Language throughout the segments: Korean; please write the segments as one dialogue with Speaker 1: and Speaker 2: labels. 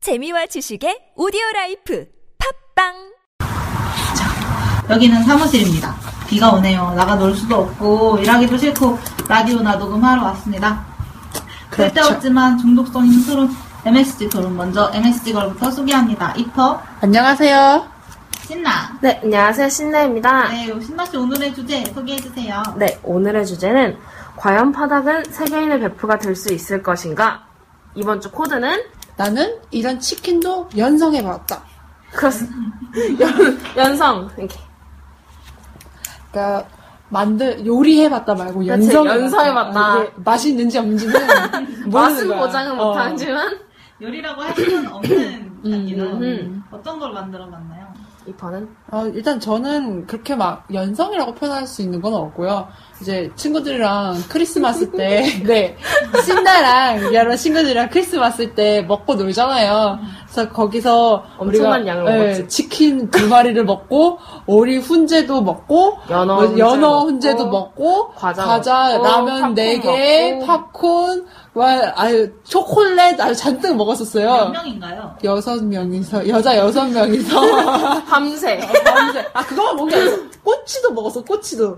Speaker 1: 재미와 지식의 오디오 라이프 팝빵
Speaker 2: 여기는 사무실입니다. 비가 오네요. 나가 놀 수도 없고 일하기도 싫고 라디오나 녹음하러 왔습니다.
Speaker 3: 그렇죠.
Speaker 2: 절대 없지만 중독성 있는 토론 MSG 토론 먼저 MSG 걸부터 소개합니다. 이퍼
Speaker 3: 안녕하세요.
Speaker 2: 신나.
Speaker 4: 네, 안녕하세요. 신나입니다. 네.
Speaker 2: 네, 신나 씨 오늘의 주제 소개해 주세요.
Speaker 4: 오늘의 주제는 과연 파닭은 세계인의 베프가 될 수 있을 것인가? 이번 주 코드는
Speaker 3: 나는 이런 치킨도 연성해봤다.
Speaker 4: 그렇습니다.
Speaker 3: 음.
Speaker 4: 연, 연성. 이렇게.
Speaker 3: 그러니까 만들 요리해봤다 말고
Speaker 4: 그치,
Speaker 3: 연성해봤다.
Speaker 4: 연성해봤다.
Speaker 3: 이게 맛있는지 없는지는 모르는
Speaker 4: 맛은
Speaker 3: 거야.
Speaker 4: 보장은
Speaker 3: 어.
Speaker 4: 못하지만
Speaker 2: 요리라고 할 수는 없는
Speaker 3: 음,
Speaker 2: 단기는
Speaker 4: 음.
Speaker 2: 어떤 걸 만들어 봤나요?
Speaker 4: 이번은
Speaker 3: 어, 일단 저는 그렇게 막 연성이라고 표현할 수 있는 건 없고요. 이제 친구들이랑 크리스마스 때, 네, 신나랑 여러 친구들이랑 크리스마스 때 먹고 놀잖아요. 그래서 거기서
Speaker 4: 엄청난 양을
Speaker 3: 네,
Speaker 4: 먹었지.
Speaker 3: 치킨 두 마리를 먹고 오리 훈제도 먹고
Speaker 4: 연어
Speaker 3: 뭐
Speaker 4: 훈제
Speaker 3: 연어
Speaker 4: 먹고,
Speaker 3: 훈제도 먹고
Speaker 4: 과자 먹고,
Speaker 3: 라면 네
Speaker 4: 팝콘
Speaker 3: 개,
Speaker 4: 먹고.
Speaker 3: 팝콘, 와, 아유 초콜릿 아유 잔뜩
Speaker 2: 몇
Speaker 3: 먹었었어요.
Speaker 2: 명인가요?
Speaker 3: 여섯 명이서 여자 여섯 명이서
Speaker 4: 밤새.
Speaker 3: 밤새. 아, 그거만 먹지 않았어. 꼬치도 먹었어, 꼬치도.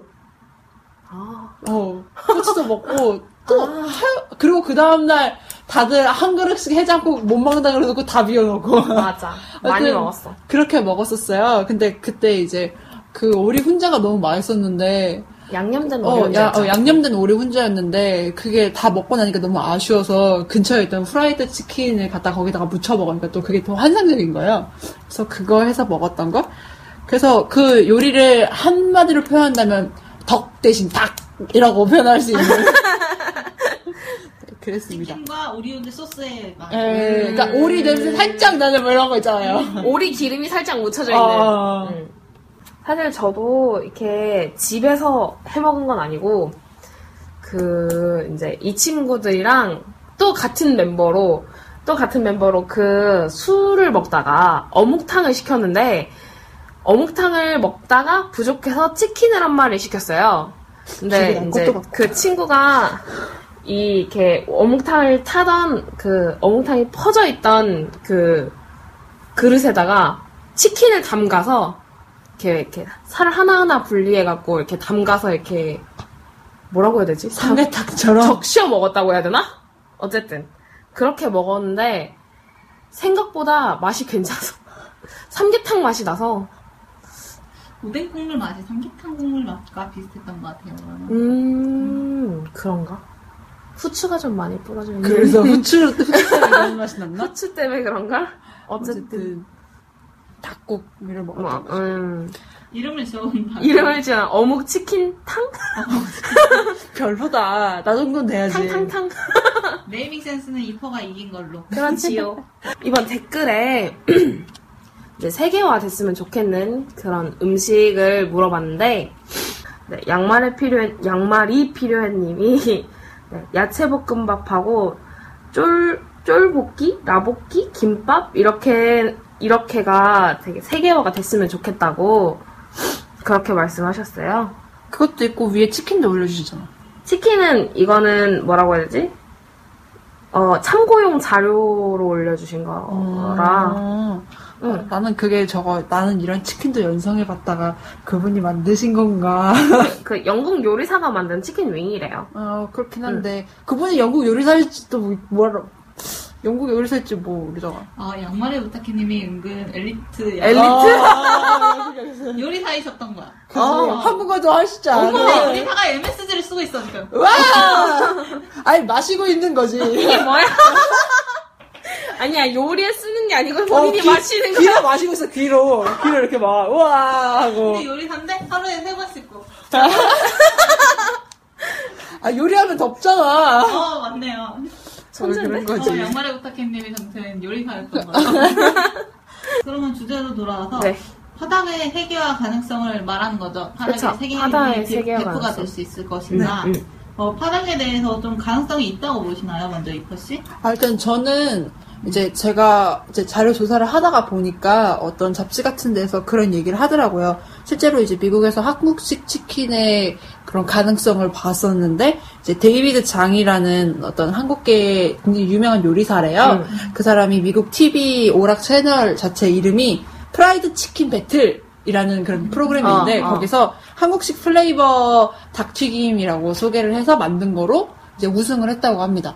Speaker 4: 아,
Speaker 3: 어, 꼬치도 먹고, 또, 하- 그리고 그 다음날 다들 한 그릇씩 해장국 못 먹는다 그러고 다 비워놓고.
Speaker 4: 맞아. 많이
Speaker 3: 하여튼
Speaker 4: 먹었어.
Speaker 3: 그렇게 먹었었어요. 근데 그때 이제 그 오리 훈자가 너무 맛있었는데,
Speaker 4: 양념된
Speaker 3: 어,
Speaker 4: 오리온자.
Speaker 3: 야- 어, 양념된 오리 훈자였는데, 그게 다 먹고 나니까 너무 아쉬워서 근처에 있던 후라이드 치킨을 갖다 거기다가 무쳐 먹으니까 또 그게 더 환상적인 거예요. 그래서 그거 해서 먹었던 거. 그래서 그 요리를 한마디로 표현한다면, 덕 대신 닭이라고 표현할 수 있는. 그랬습니다.
Speaker 2: 치킨과 오리온드 소스에 막
Speaker 3: 예, 그러니까 오리 냄새 살짝 나는 뭐 이런 거 있잖아요.
Speaker 4: 오리 기름이 살짝 묻혀져 있는.
Speaker 3: 어,
Speaker 4: 음. 사실 저도 이렇게 집에서 해 먹은 건 아니고 그 이제 이 친구들이랑 또 같은 멤버로 또 같은 멤버로 그 술을 먹다가 어묵탕을 시켰는데 어묵탕을 먹다가 부족해서 치킨을 한 마리 시켰어요.
Speaker 3: 집에
Speaker 4: 근데
Speaker 3: 난
Speaker 4: 이제
Speaker 3: 것도 같고.
Speaker 4: 그 친구가 이 이렇게 어묵탕을 타던 그 어묵탕이 퍼져 있던 그 그릇에다가 치킨을 담가서 이렇게 이렇게 살 하나하나 분리해 갖고 이렇게 담가서 이렇게 뭐라고 해야 되지? 담-
Speaker 3: 삼계탕처럼.
Speaker 4: 적셔 먹었다고 해야 되나? 어쨌든 그렇게 먹었는데 생각보다 맛이 괜찮아서 삼계탕 맛이 나서
Speaker 2: 오뎅 국물 맛이 삼계탕 국물 맛과 비슷했던 것 같아요.
Speaker 4: 음 그런가? 후추가 좀 많이 뿌려져 있는
Speaker 3: 그래서 후추로 후추 이런 맛이 났나?
Speaker 4: 후추 때문에 그런가? 어쨌든
Speaker 3: 어쨌든 닭고기를
Speaker 4: 뭐,
Speaker 3: 먹었던 거죠.
Speaker 4: 음,
Speaker 2: 이름을 지어본다.
Speaker 4: 이름을 지은 어묵 치킨 탕?
Speaker 3: 별로다. 나 정도는 돼야지.
Speaker 4: 탕탕탕
Speaker 2: 네이밍 센스는 이퍼가 이긴 걸로.
Speaker 4: 그렇지요. 이번 댓글에 이제 세계화 됐으면 좋겠는 그런 음식을 물어봤는데 네, 양말에 필요한 양말이 필요한 님이 네, 야채 볶음밥하고 쫄 쫄볶이, 라볶이, 김밥 이렇게 이렇게가 되게 세계화가 됐으면 좋겠다고 그렇게 말씀하셨어요.
Speaker 3: 그것도 있고 위에 치킨도 올려주시잖아.
Speaker 4: 치킨은 이거는 뭐라고 해야 되지? 어 참고용 자료로 올려주신 거라.
Speaker 3: 아,
Speaker 4: 응.
Speaker 3: 나는 그게 저거 나는 이런 치킨도 연성해봤다가 그분이 만드신 건가.
Speaker 4: 그 영국 요리사가 만든 치킨 윙이래요.
Speaker 3: 어 그렇긴 한데 그분이 영국 요리사일지도 뭐- 뭐라. 영국 요리사일지 뭐 우리가.
Speaker 2: 아, 양말의 부탁해님이 은근 엘리트
Speaker 4: 엘리트? 어. 아,
Speaker 2: 양- 요리사이셨던 거야.
Speaker 3: 그 한국어도 하시지
Speaker 2: 근데
Speaker 3: 않아.
Speaker 2: 요리사가 MSG를 쓰고 있었니까.
Speaker 3: 와. 아니 마시고 있는 거지.
Speaker 4: 이게 뭐야? 아니야 요리에 쓰는 게 아니고
Speaker 3: 어,
Speaker 4: 본인이
Speaker 3: 귀-
Speaker 4: 마시는 거.
Speaker 3: 귀로 마시고 있어 귀로 귀로 이렇게 막 우와 하고
Speaker 2: 근데 요리사인데 하루에 세 번씩 고.
Speaker 3: 아 요리하면 덥잖아
Speaker 2: 어, 맞네요.
Speaker 3: 그런 거지
Speaker 2: 어, 양말의 부탁해님의 정체는 요리사였던 거야. 그러면 주제로 돌아와서
Speaker 4: 네.
Speaker 2: 파닥의 세계화 가능성을 말한 거죠.
Speaker 4: 그쵸.
Speaker 2: 파닥의 세계화의
Speaker 4: 바다의 세계화
Speaker 2: 대표가
Speaker 4: 가능성.
Speaker 2: 될 수 있을 것인가.
Speaker 4: 음,
Speaker 2: 어, 파닥에 대해서 좀 가능성이 있다고 보시나요, 먼저 이퍼 씨?
Speaker 3: 아, 일단 저는 이제 제가 이제 자료 조사를 하다가 보니까 어떤 잡지 같은 데서 그런 얘기를 하더라고요. 실제로 이제 미국에서 한국식 치킨의 그런 가능성을 봤었는데 이제 데이비드 장이라는 어떤 한국계 굉장히 유명한 요리사래요.
Speaker 4: 음.
Speaker 3: 그 사람이 미국 TV 오락 채널 자체 이름이 프라이드 치킨 배틀이라는 그런 프로그램인데
Speaker 4: 어, 어.
Speaker 3: 거기서 한국식 플레이버 닭튀김이라고 소개를 해서 만든 거로 이제 우승을 했다고 합니다.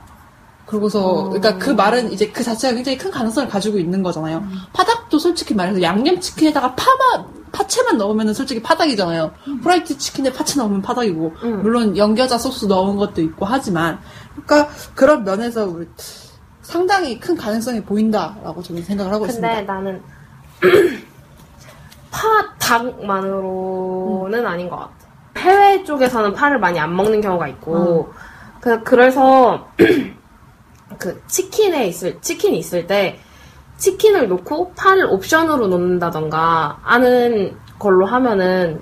Speaker 3: 그러고서
Speaker 4: 어.
Speaker 3: 그러니까 그 말은 이제 그 자체가 굉장히 큰 가능성을 가지고 있는 거잖아요.
Speaker 4: 음.
Speaker 3: 파닭도 솔직히 말해서 양념치킨에다가 파마 파채만 넣으면 솔직히 파닭이잖아요. 프라이드 치킨에 파채 넣으면 파닭이고
Speaker 4: 음.
Speaker 3: 물론 연겨자 소스 넣은 것도 있고 하지만 그러니까 그런 면에서 우리 상당히 큰 가능성이 보인다라고 저는 생각을 하고
Speaker 4: 근데
Speaker 3: 있습니다.
Speaker 4: 나는 파닭만으로는 아닌 것 같아. 해외 쪽에서는 파를 많이 안 먹는 경우가
Speaker 3: 어.
Speaker 4: 있고, 그, 그래서 그 치킨에 있을 치킨이 있을 때 치킨을 놓고 파를 옵션으로 놓는다던가 하는 걸로 하면은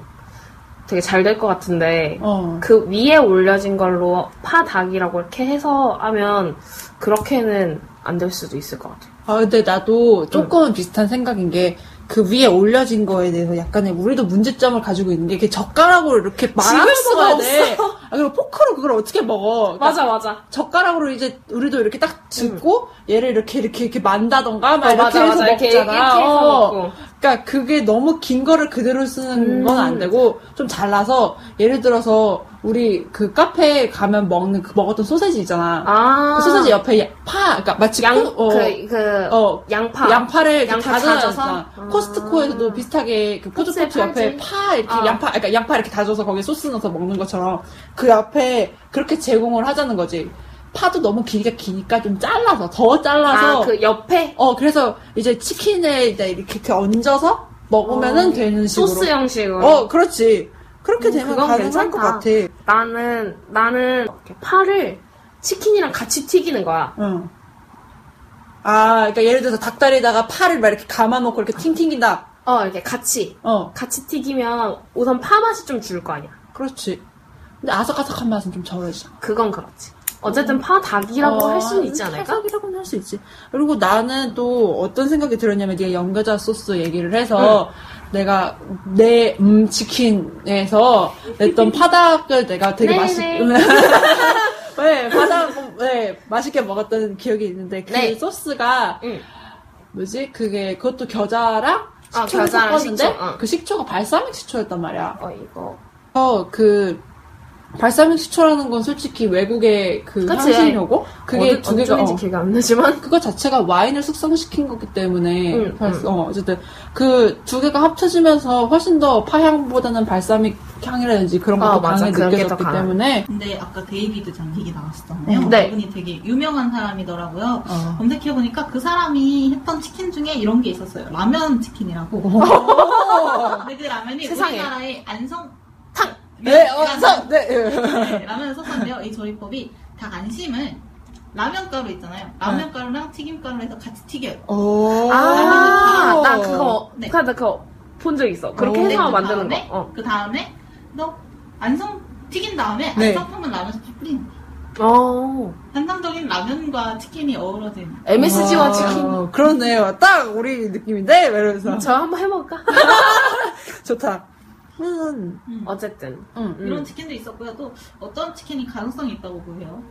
Speaker 4: 되게 잘 될 것 같은데
Speaker 3: 어.
Speaker 4: 그 위에 올려진 걸로 파닭이라고 이렇게 해서 하면 그렇게는 안 될 수도 있을 것 같아. 요
Speaker 3: 아, 근데 나도 조금은 비슷한 생각인 게 그 위에 올려진 거에 대해서 약간의 우리도 문제점을 가지고 있는 게 이게 젓가락으로 이렇게 말할
Speaker 4: 수가
Speaker 3: 수가 돼. 아, 그리고 포크로 그걸 어떻게 먹어? 그러니까
Speaker 4: 맞아 맞아.
Speaker 3: 젓가락으로 이제 우리도 이렇게 딱 짚고 얘를 이렇게 이렇게 이렇게 만다던가 막
Speaker 4: 어,
Speaker 3: 이렇게
Speaker 4: 맞아,
Speaker 3: 해서
Speaker 4: 맞아. 이렇게,
Speaker 3: 먹잖아.
Speaker 4: 이렇게 해서
Speaker 3: 어.
Speaker 4: 먹고.
Speaker 3: 그러니까 그게 너무 긴 거를 그대로 쓰는 건 안
Speaker 4: 음.
Speaker 3: 되고 좀 잘라서 예를 들어서 우리 그 카페에 가면 먹는 그 먹었던 소세지 있잖아.
Speaker 4: 아.
Speaker 3: 그 소세지 옆에 야- 파, 그러니까 마치
Speaker 4: 양,
Speaker 3: 포- 어,
Speaker 4: 그, 그,
Speaker 3: 어,
Speaker 4: 양파.
Speaker 3: 양파를 이렇게
Speaker 4: 양파
Speaker 3: 다져서
Speaker 4: 다져서? 아.
Speaker 3: 코스트코에서도 비슷하게 그 포즈코트
Speaker 4: 코스에
Speaker 3: 옆에
Speaker 4: 팔지.
Speaker 3: 파 이렇게
Speaker 4: 아.
Speaker 3: 양파 그러니까 양파 이렇게 다져서 거기에 소스 넣어서 먹는 것처럼 그 앞에 그렇게 제공을 하자는 거지 파도 너무 길이가 기니까 좀 잘라서 더 잘라서
Speaker 4: 아, 그 옆에
Speaker 3: 어 그래서 이제 치킨에 이제 이렇게, 이렇게 얹어서 먹으면은
Speaker 4: 어,
Speaker 3: 되는 식으로
Speaker 4: 소스 형식으로.
Speaker 3: 어 그렇지 그렇게
Speaker 4: 음,
Speaker 3: 되면
Speaker 4: 그건
Speaker 3: 가능할
Speaker 4: 괜찮다.
Speaker 3: 것 같아
Speaker 4: 나는, 나는, 이렇게 파를 치킨이랑 같이 튀기는 거야.
Speaker 3: 응. 아 그러니까 예를 들어서 닭다리에다가 파를 막 이렇게 감아놓고 이렇게 팅 튕긴다
Speaker 4: 어, 이렇게 같이.
Speaker 3: 어
Speaker 4: 같이 튀기면 우선 파 맛이 좀 줄 거 아니야.
Speaker 3: 그렇지. 근데 아삭아삭한 맛은 좀 적어지잖아.
Speaker 4: 그건 그렇지. 어쨌든 파 닭이라고 할 수는 있지 않을까?
Speaker 3: 사각이라고는 할 수 있지. 그리고 나는 또 어떤 생각이 들었냐면 네가 연가자 소스 얘기를 해서 내가 내 음 치킨에서 냈던 파닭을 내가 되게
Speaker 4: 네네.
Speaker 3: 맛있. 네, 파닭 네, 맛있게 먹었던 기억이 있는데 그
Speaker 4: 네.
Speaker 3: 소스가
Speaker 4: 응.
Speaker 3: 뭐지? 그게 그것도 겨자랑
Speaker 4: 아,
Speaker 3: 식초를
Speaker 4: 겨자랑
Speaker 3: 섞었는데
Speaker 4: 식초, 어.
Speaker 3: 그 식초가 발사믹 식초였단 말이야.
Speaker 4: 어, 이거.
Speaker 3: 어, 그, 발사믹 식초라는 건 솔직히 외국의 그
Speaker 4: 그치.
Speaker 3: 향신료고, 그게
Speaker 4: 어느-
Speaker 3: 두 개가,
Speaker 4: 어느 쪽인지
Speaker 3: 어,
Speaker 4: 기억이 안 나지만.
Speaker 3: 그거 자체가 와인을 숙성시킨 거기 때문에,
Speaker 4: 응,
Speaker 3: 발-
Speaker 4: 응.
Speaker 3: 어, 어쨌든, 그 두 개가 합쳐지면서 훨씬 더 파향보다는 발사믹 향이라든지 그런 것도
Speaker 4: 아, 맞아.
Speaker 3: 강하게
Speaker 4: 그런 게더
Speaker 3: 느껴졌기
Speaker 4: 강해.
Speaker 3: 때문에,
Speaker 2: 근데 아까 데이비드 장 얘기 나왔었잖아요.
Speaker 4: 네.
Speaker 2: 그분이 되게 유명한 사람이더라고요.
Speaker 3: 어.
Speaker 2: 검색해보니까 그 사람이 했던 치킨 중에 이런 게 있었어요. 라면 치킨이라고. 근데 그 라면이
Speaker 4: 세상에.
Speaker 2: 우리나라의 안성탕!
Speaker 3: 네, 어, 서, 네, 예.
Speaker 2: 네, 라면을 썼었는데요. 이 조리법이 닭 안심을 라면 가루 있잖아요.
Speaker 4: 네.
Speaker 2: 라면 가루랑 튀김 가루를 해서 같이 튀겨요.
Speaker 3: 오.
Speaker 4: 아, 나 그거,
Speaker 2: 네.
Speaker 4: 나 그거 본 적 있어. 그렇게
Speaker 3: 오.
Speaker 4: 해서
Speaker 2: 그
Speaker 4: 만드는
Speaker 2: 다음에,
Speaker 4: 거. 어.
Speaker 2: 그 다음에 또 안성 튀긴 다음에
Speaker 3: 네.
Speaker 2: 안성탕을 라면에 뿌리는 거예요.
Speaker 4: 어.
Speaker 2: 환상적인 라면과 치킨이 어우러진
Speaker 4: MSG와
Speaker 3: 아,
Speaker 4: 치킨. 음.
Speaker 3: 그렇네요. 딱 우리 느낌인데? 이러면서.
Speaker 4: 저 한번 해볼까?
Speaker 3: 좋다. 음,
Speaker 2: 음,
Speaker 4: 어쨌든.
Speaker 3: 음.
Speaker 2: 이런 치킨도 있었고요. 또 어떤 치킨이 가능성이 있다고 보세요?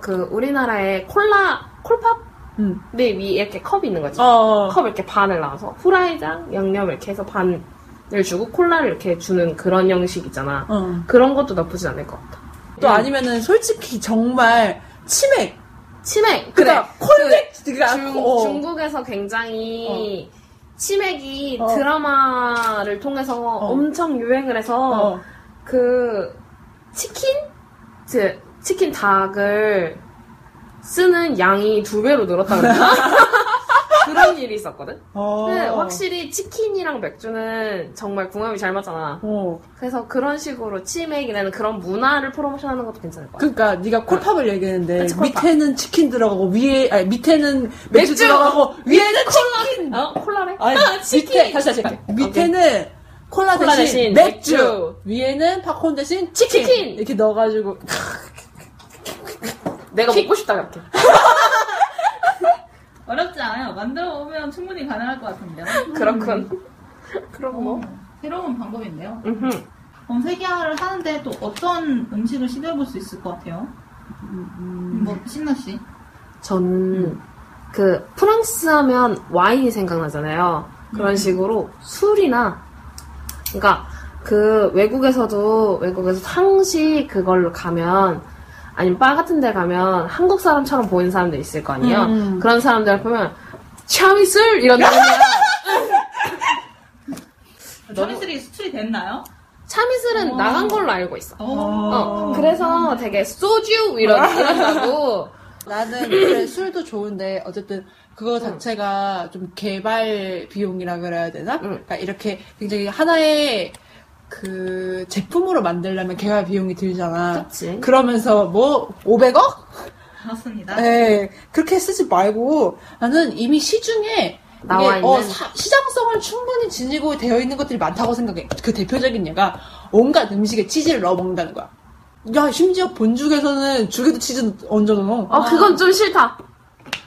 Speaker 4: 그 우리나라의 콜라 콜팝
Speaker 3: 음.
Speaker 4: 네 위에 이렇게 컵이 있는 거지.
Speaker 3: 어.
Speaker 4: 컵 이렇게 반을 나눠서 후라이장 양념 이렇게 해서 반을 주고 콜라를 이렇게 주는 그런 형식 있잖아.
Speaker 3: 어.
Speaker 4: 그런 것도 나쁘진 않을 것 같아.
Speaker 3: 또
Speaker 4: 음.
Speaker 3: 아니면은 솔직히 정말 치맥
Speaker 4: 치맥
Speaker 3: 그
Speaker 4: 그래.
Speaker 3: 다 콜백 그,
Speaker 4: 중, 중국에서 굉장히 치맥이
Speaker 3: 어.
Speaker 4: 드라마를 통해서 엄청 유행을 해서
Speaker 3: 어.
Speaker 4: 그 치킨 즉 치킨 닭을 쓰는 양이 두 배로 늘었다 그랬나? 그런 일이 있었거든.
Speaker 3: 어.
Speaker 4: 근데 네, 확실히 치킨이랑 맥주는 정말 궁합이 잘 맞잖아.
Speaker 3: 어.
Speaker 4: 그래서 그런 식으로 치맥이라는 그런 문화를 프로모션하는 것도 괜찮을 것 같아.
Speaker 3: 그러니까 네가 콜팝을 얘기했는데
Speaker 4: 그치, 어. 콜팝.
Speaker 3: 밑에는 치킨 들어가고 위에 아니 밑에는 맥주,
Speaker 4: 맥주!
Speaker 3: 들어가고 위에는 치킨.
Speaker 4: 어? 콜라래?
Speaker 3: 그- 아니 밑에 다시 다시 할게. 밑에는 콜라,
Speaker 4: 콜라
Speaker 3: 대신,
Speaker 4: 대신
Speaker 3: 맥주.
Speaker 4: 맥주.
Speaker 3: 위에는 팝콘 대신 치킨,
Speaker 4: 치킨!
Speaker 3: 이렇게 넣어가지고
Speaker 4: 내가 먹고 싶다 그렇게.
Speaker 2: 어렵지 않아요. 만들어 보면 충분히 가능할 것 같은데요.
Speaker 4: 그렇군.
Speaker 3: 음.
Speaker 4: 그럼
Speaker 2: 어,
Speaker 4: 뭐.
Speaker 2: 새로운 방법인데요.
Speaker 4: 음흠.
Speaker 2: 그럼 세계화를 하는데 또 어떤 음식을 시도해 볼 수 있을 것 같아요? 뭐 신나 씨.
Speaker 4: 저는 그 프랑스 하면 와인이 생각나잖아요. 그런 식으로 술이나 그러니까 그 외국에서도 외국에서 상시 그걸로 가면 아니면 바 같은 데 가면 한국 사람처럼 보이는 사람들 있을 거 아니에요.
Speaker 3: 음.
Speaker 4: 그런 사람들 보면 차미술 이런다는 거야. 너무-
Speaker 2: 저미슬이 수출이 됐나요?
Speaker 4: 차미술은
Speaker 2: 어.
Speaker 4: 나간 걸로 알고 있어. 어,
Speaker 2: 음,
Speaker 3: 어.
Speaker 4: 그래서 되게 소주 이런 이런다고
Speaker 3: 나는 그래, 술도 좋은데 어쨌든 그거 자체가 좀 개발 비용이라 그래야 되나? 그러니까 이렇게 굉장히 하나의 그 제품으로 만들려면 개발 비용이 들잖아.
Speaker 4: 그치.
Speaker 3: 러면서뭐 500억?
Speaker 2: 맞습니다.
Speaker 4: 아.
Speaker 3: 네, 그렇게 쓰지 말고 나는 이미 시중에 이게,
Speaker 4: 나와 있는?
Speaker 3: 어, 사- 시장성을 충분히 지니고 되어 있는 것들이 많다고 생각해. 그 대표적인 예가 온갖 음식에 치즈를 넣어 먹는다는 거야. 야, 심지어 본죽에서는 죽에도 치즈 얹어 넣어.
Speaker 4: 어 그건 좀 싫다.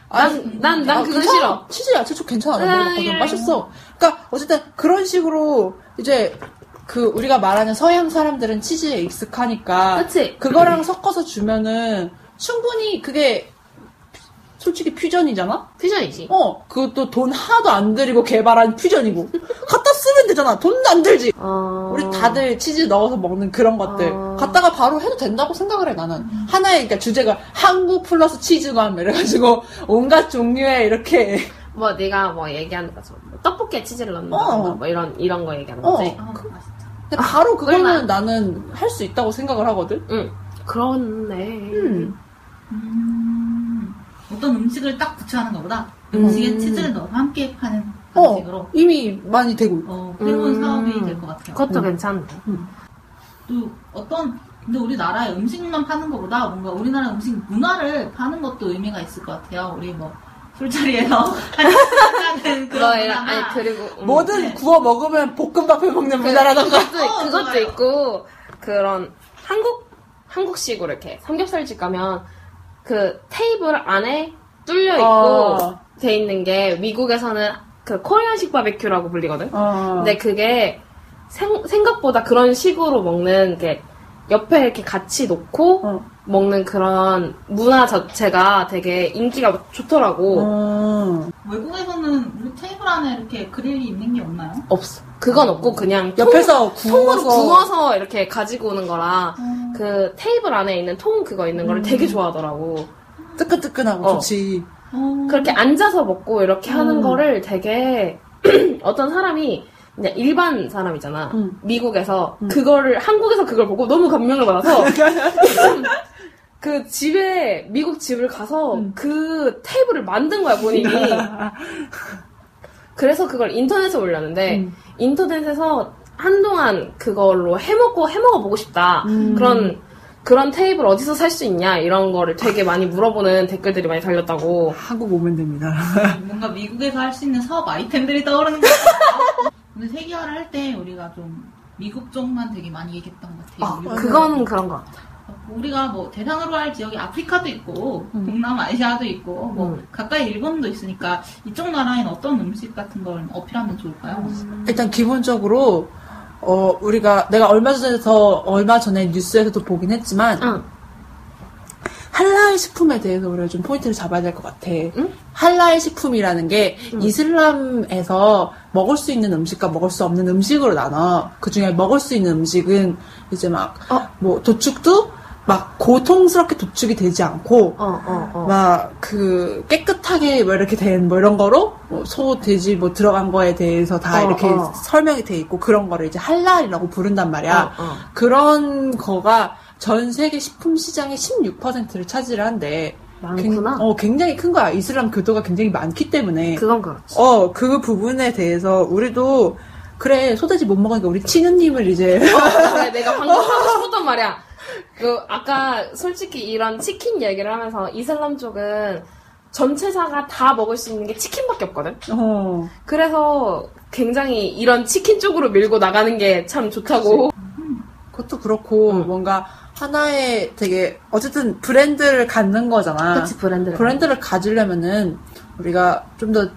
Speaker 3: 아니,
Speaker 4: 난 난 난
Speaker 3: 아,
Speaker 4: 그건
Speaker 3: 괜찮아.
Speaker 4: 싫어.
Speaker 3: 치즈 야채촉 괜찮아. 나
Speaker 4: 네,
Speaker 3: 먹어봤거든.
Speaker 4: 예.
Speaker 3: 맛있어. 그러니까 어쨌든 그런 식으로 이제 그 우리가 말하는 서양 사람들은 치즈에 익숙하니까
Speaker 4: 그치?
Speaker 3: 그거랑 섞어서 주면은 충분히 그게 솔직히 퓨전이잖아?
Speaker 4: 퓨전이지.
Speaker 3: 어, 그것도 돈 하나도 안 들이고 개발한 퓨전이고. 갖다 쓰면 되잖아. 돈도 안 들지.
Speaker 4: 어...
Speaker 3: 우리 다들 치즈 넣어서 먹는 그런 것들.
Speaker 4: 어.
Speaker 3: 갖다가 바로 해도 된다고 생각을 해, 나는. 하나의, 그러니까 주제가 한국 플러스 치즈관, 뭐 이래가지고 온갖 종류의 이렇게.
Speaker 4: 뭐 내가 뭐 얘기하는 거죠. 뭐 떡볶이에 치즈를 넣는다던가
Speaker 3: 어.
Speaker 4: 뭐 이런 이런 거 얘기하는
Speaker 3: 어.
Speaker 4: 거지.
Speaker 2: 아, 맛있다.
Speaker 3: 근데 바로 그거는
Speaker 4: 그러면-
Speaker 3: 나는 할 수 있다고 생각을 하거든.
Speaker 4: 응. 그렇네.
Speaker 3: 음.
Speaker 2: 음, 어떤 음식을 딱 부추하는 것보다 음식에
Speaker 4: 음.
Speaker 2: 치즈를 넣어 함께 파는
Speaker 3: 어,
Speaker 2: 방식으로
Speaker 3: 이미 많이 되고 있고.
Speaker 2: 어, 새로운
Speaker 4: 음.
Speaker 2: 사업이 될 것 같아요.
Speaker 4: 그것도
Speaker 3: 음.
Speaker 4: 괜찮네.
Speaker 2: 또 어떤 근데 우리나라의 음식만 파는 것보다 뭔가 우리나라 음식 문화를 파는 것도 의미가 있을 것 같아요. 우리 뭐 술자리에서 하는
Speaker 4: 그거
Speaker 2: 그런
Speaker 4: 이런
Speaker 2: 문화나
Speaker 4: 아니 그리고 음.
Speaker 3: 뭐든
Speaker 2: 네.
Speaker 3: 구워 먹으면 볶음밥을 먹는 문화라던가.
Speaker 4: 그것도
Speaker 2: 어,
Speaker 4: 그것도
Speaker 2: 좋아요.
Speaker 4: 있고 그런 한국 한국식으로 이렇게 삼겹살집 가면 그 테이블 안에 뚫려 있고
Speaker 3: 어.
Speaker 4: 돼 있는 게 미국에서는 그 코리안식 바베큐라고 불리거든.
Speaker 3: 어.
Speaker 4: 근데 그게 생, 생각보다 그런 식으로 먹는 게 옆에 이렇게 같이 놓고
Speaker 3: 어.
Speaker 4: 먹는 그런 문화 자체가 되게 인기가 좋더라고.
Speaker 3: 어.
Speaker 2: 외국에서는 우리 테이블 안에 이렇게 그릴이 있는 게 없나요?
Speaker 4: 없어. 그건 없고 그냥
Speaker 3: 옆에서
Speaker 4: 통, 으로
Speaker 3: 구워서.
Speaker 4: 구워서 이렇게 가지고 오는 거라
Speaker 2: 음.
Speaker 4: 그 테이블 안에 있는 통 그거 있는 거를 되게 좋아하더라고.
Speaker 3: 뜨끈뜨끈하고
Speaker 4: 어.
Speaker 3: 좋지.
Speaker 2: 어,
Speaker 4: 그렇게 앉아서 먹고 이렇게 하는
Speaker 3: 음.
Speaker 4: 거를 되게 어떤 사람이 그냥 일반 사람이잖아.
Speaker 3: 음.
Speaker 4: 미국에서 그거를 한국에서 그걸 보고 너무 감명을 받아서 그 집에 미국 집을 가서
Speaker 3: 음.
Speaker 4: 그 테이블을 만든 거야 본인이. 그래서 그걸 인터넷에 올렸는데
Speaker 3: 음.
Speaker 4: 인터넷에서 한동안 그걸로 해먹고 해먹어 보고 싶다
Speaker 3: 음.
Speaker 4: 그런 그런 테이블 어디서 살 수 있냐 이런 거를 되게 많이 물어보는 댓글들이 많이 달렸다고.
Speaker 3: 한국 오면 됩니다.
Speaker 2: 뭔가 미국에서 할 수 있는 사업 아이템들이 떠오르는 것 같아요. 근데 세계화를 할 때 우리가 좀 미국 쪽만 되게 많이 얘기했던 것 같아요.
Speaker 3: 아,
Speaker 2: 미국
Speaker 4: 어, 그건 그런 것 같아.
Speaker 2: 우리가 뭐 대상으로 할 지역이 아프리카도 있고
Speaker 3: 음.
Speaker 2: 동남아시아도 있고 뭐
Speaker 4: 음.
Speaker 2: 가까이 일본도 있으니까 이쪽 나라엔 어떤 음식 같은 걸 어필하면 좋을까요?
Speaker 3: 일단 기본적으로 어 우리가 내가 얼마 전에서 얼마 전에 뉴스에서도 보긴 했지만
Speaker 4: 응.
Speaker 3: 할랄 식품에 대해서 우리가 좀 포인트를 잡아야 될 것 같아.
Speaker 4: 응?
Speaker 3: 할랄 식품이라는 게 이슬람에서 먹을 수 있는 음식과 먹을 수 없는 음식으로 나눠. 그 중에 먹을 수 있는 음식은 이제 막
Speaker 4: 어.
Speaker 3: 뭐 도축도 막 고통스럽게 도축이 되지 않고
Speaker 4: 어, 어, 어.
Speaker 3: 막 그 깨끗하게 뭐 이렇게 된 뭐 이런 거로 뭐소 돼지 뭐 들어간 거에 대해서 다
Speaker 4: 어,
Speaker 3: 이렇게
Speaker 4: 어.
Speaker 3: 설명이 돼 있고 그런 거를 이제 할랄이라고 부른단 말이야.
Speaker 4: 어, 어.
Speaker 3: 그런 거가 전 세계 식품 시장의 16%를 차지를 한대.
Speaker 4: 많구나.
Speaker 3: 굉- 어, 굉장히 큰 거야. 이슬람 교도가 굉장히 많기 때문에.
Speaker 4: 그건 그렇지.
Speaker 3: 어, 그 부분에 대해서 우리도 그래, 소돼지 못 먹으니까 우리 치느님을 이제
Speaker 4: 어, 그래, 내가 방금 하고 싶었던 말이야. 그 아까 솔직히 이런 치킨 얘기를 하면서 이슬람 쪽은 전체사가 다 먹을 수 있는 게 치킨밖에 없거든.
Speaker 3: 어.
Speaker 4: 그래서 굉장히 이런 치킨 쪽으로 밀고 나가는 게 참 좋다고.
Speaker 3: 그것도 그렇고
Speaker 4: 음.
Speaker 3: 뭔가 하나의 되게 어쨌든 브랜드를 갖는 거잖아.
Speaker 4: 브랜드를.
Speaker 3: 브랜드를 가지려면은 우리가 좀 더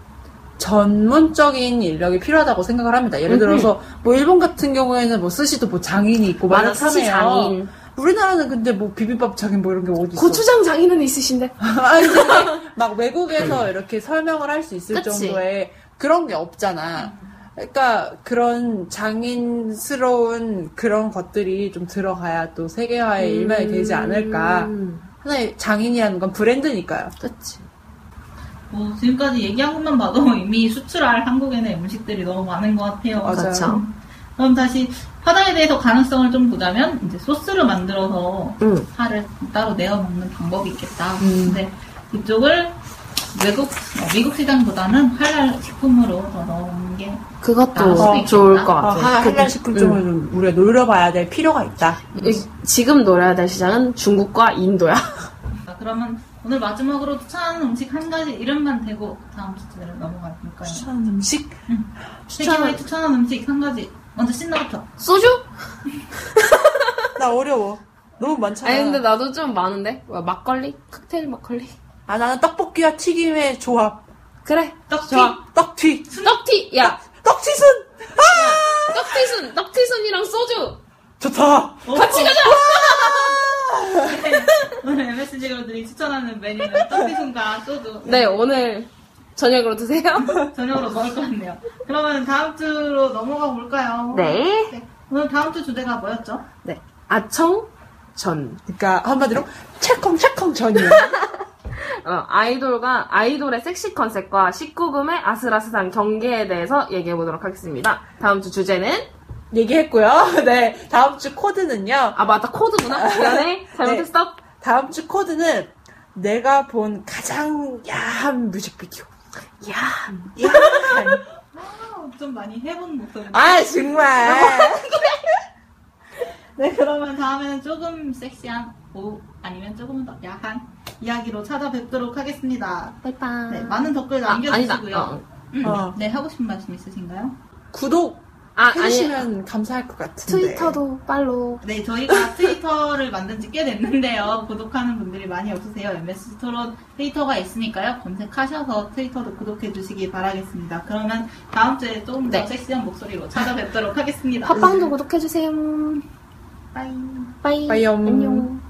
Speaker 3: 전문적인 인력이 필요하다고 생각을 합니다. 예를 들어서 뭐 일본 같은 경우에는 뭐 스시도 뭐 장인이 있고 막
Speaker 4: 맞아, 스시
Speaker 3: 이렇잖아요.
Speaker 4: 장인.
Speaker 3: 우리나라는 근데 뭐 비빔밥 장인 뭐 이런 게 어디 있어?
Speaker 4: 고추장 장인은 있으신데.
Speaker 3: 아니, 근데 막 외국에서 이렇게 설명을 할 수 있을
Speaker 4: 음. 그치.
Speaker 3: 정도의 그런 게 없잖아. 그러니까 그런 장인스러운 그런 것들이 좀 들어가야 또 세계화의 일면이 되지 않을까.
Speaker 4: 음,
Speaker 3: 하나의 장인이라는 건 브랜드니까요.
Speaker 4: 그치.
Speaker 2: 뭐, 지금까지 얘기한 것만 봐도 이미 수출할 한국에는 음식들이 너무 많은 것 같아요.
Speaker 3: 맞아요.
Speaker 4: 그쵸.
Speaker 2: 그럼 다시 파다에 대해서 가능성을 좀 보자면 이제 소스를 만들어서
Speaker 4: 음.
Speaker 2: 파를 따로 내어 먹는 방법이 있겠다. 근데 이쪽을 외국 어, 미국 시장보다는 할랄 식품으로 더 넣는 게 나올
Speaker 4: 그것도
Speaker 2: 수도
Speaker 4: 좋을
Speaker 2: 있겠다.
Speaker 4: 것
Speaker 3: 어,
Speaker 4: 같아요.
Speaker 3: 하-
Speaker 4: 그-
Speaker 3: 한량 식품종을 좀 우리가 놀려봐야 될 필요가 있다.
Speaker 4: 이- 지금 노려야 될 시장은 중국과 인도야.
Speaker 2: 자, 아, 그러면 오늘 마지막으로 추천하는 음식 한 가지 이름만 대고 다음 주제로 넘어갈 볼까요?
Speaker 3: 추천 음식?
Speaker 2: 세계와의 추천하는 음식 한 가지 먼저 신나부터
Speaker 4: 소주?
Speaker 3: 나 어려워. 너무 많잖아.
Speaker 4: 아니 근데 나도 좀 많은데. 뭐야, 막걸리? 칵테일 막걸리?
Speaker 3: 아, 나는 떡볶이와 튀김의 조합.
Speaker 4: 그래.
Speaker 2: 떡튀
Speaker 3: 좋아. 떡튀.
Speaker 4: 떡티. 야,
Speaker 3: 떡튀순! 아!
Speaker 4: 떡티순, 떡티순이랑 소주.
Speaker 3: 좋다! 아!
Speaker 4: 같이 가자.
Speaker 2: 오늘 MSG 걸들이 추천하는 메뉴는 떡튀순과 소주
Speaker 4: 네, 오늘 저녁으로 드세요.
Speaker 2: 저녁으로 먹을 것 같네요. 그러면 다음 주로 넘어가 볼까요?
Speaker 4: 네.
Speaker 2: 오늘 다음 주 주제가 뭐였죠?
Speaker 4: 네. 아청 전.
Speaker 3: 그러니까 한마디로 찰컹찰컹 전이요.
Speaker 4: 어, 아이돌과 아이돌의 섹시 컨셉과 19금의 아슬아슬한 경계에 대해서 얘기해 보도록 하겠습니다. 다음 주 주제는
Speaker 3: 얘기했고요. 네, 다음 주 코드는요.
Speaker 4: 아 맞다 코드구나. 미안해. 잘못했어.
Speaker 3: 다음 주 코드는 내가 본 가장 야한 뮤직비디오.
Speaker 4: 야.
Speaker 3: 야한.
Speaker 2: 아, 좀 많이 해본 목소리.
Speaker 3: 아 정말.
Speaker 2: 네, 그러면 다음에는 조금 섹시한 오 아니면 조금 더 야한 이야기로 찾아뵙도록 하겠습니다.
Speaker 4: 빠이빠이.
Speaker 2: 네, 많은 댓글
Speaker 4: 아, 아니다.
Speaker 2: 남겨주시고요.
Speaker 4: 어.
Speaker 2: 음,
Speaker 3: 어.
Speaker 2: 네, 하고 싶은 말씀 있으신가요?
Speaker 3: 구독
Speaker 4: 아 아니.
Speaker 3: 해주시면 감사할 것 같은데.
Speaker 4: 트위터도 팔로우.
Speaker 2: 네, 저희가 트위터를 만든 지 꽤 됐는데요. 구독하는 분들이 많이 없으세요. MS 토론 트위터가 있으니까요. 검색하셔서 트위터도 구독해 주시기 바라겠습니다. 그러면 다음 주에 조금 더
Speaker 4: 네.
Speaker 2: 섹시한 목소리로 찾아뵙도록 하겠습니다.
Speaker 4: 팟빵도 구독해 주세요.
Speaker 2: 빠이.
Speaker 4: 빠이.
Speaker 3: 빠이염.
Speaker 4: 안녕.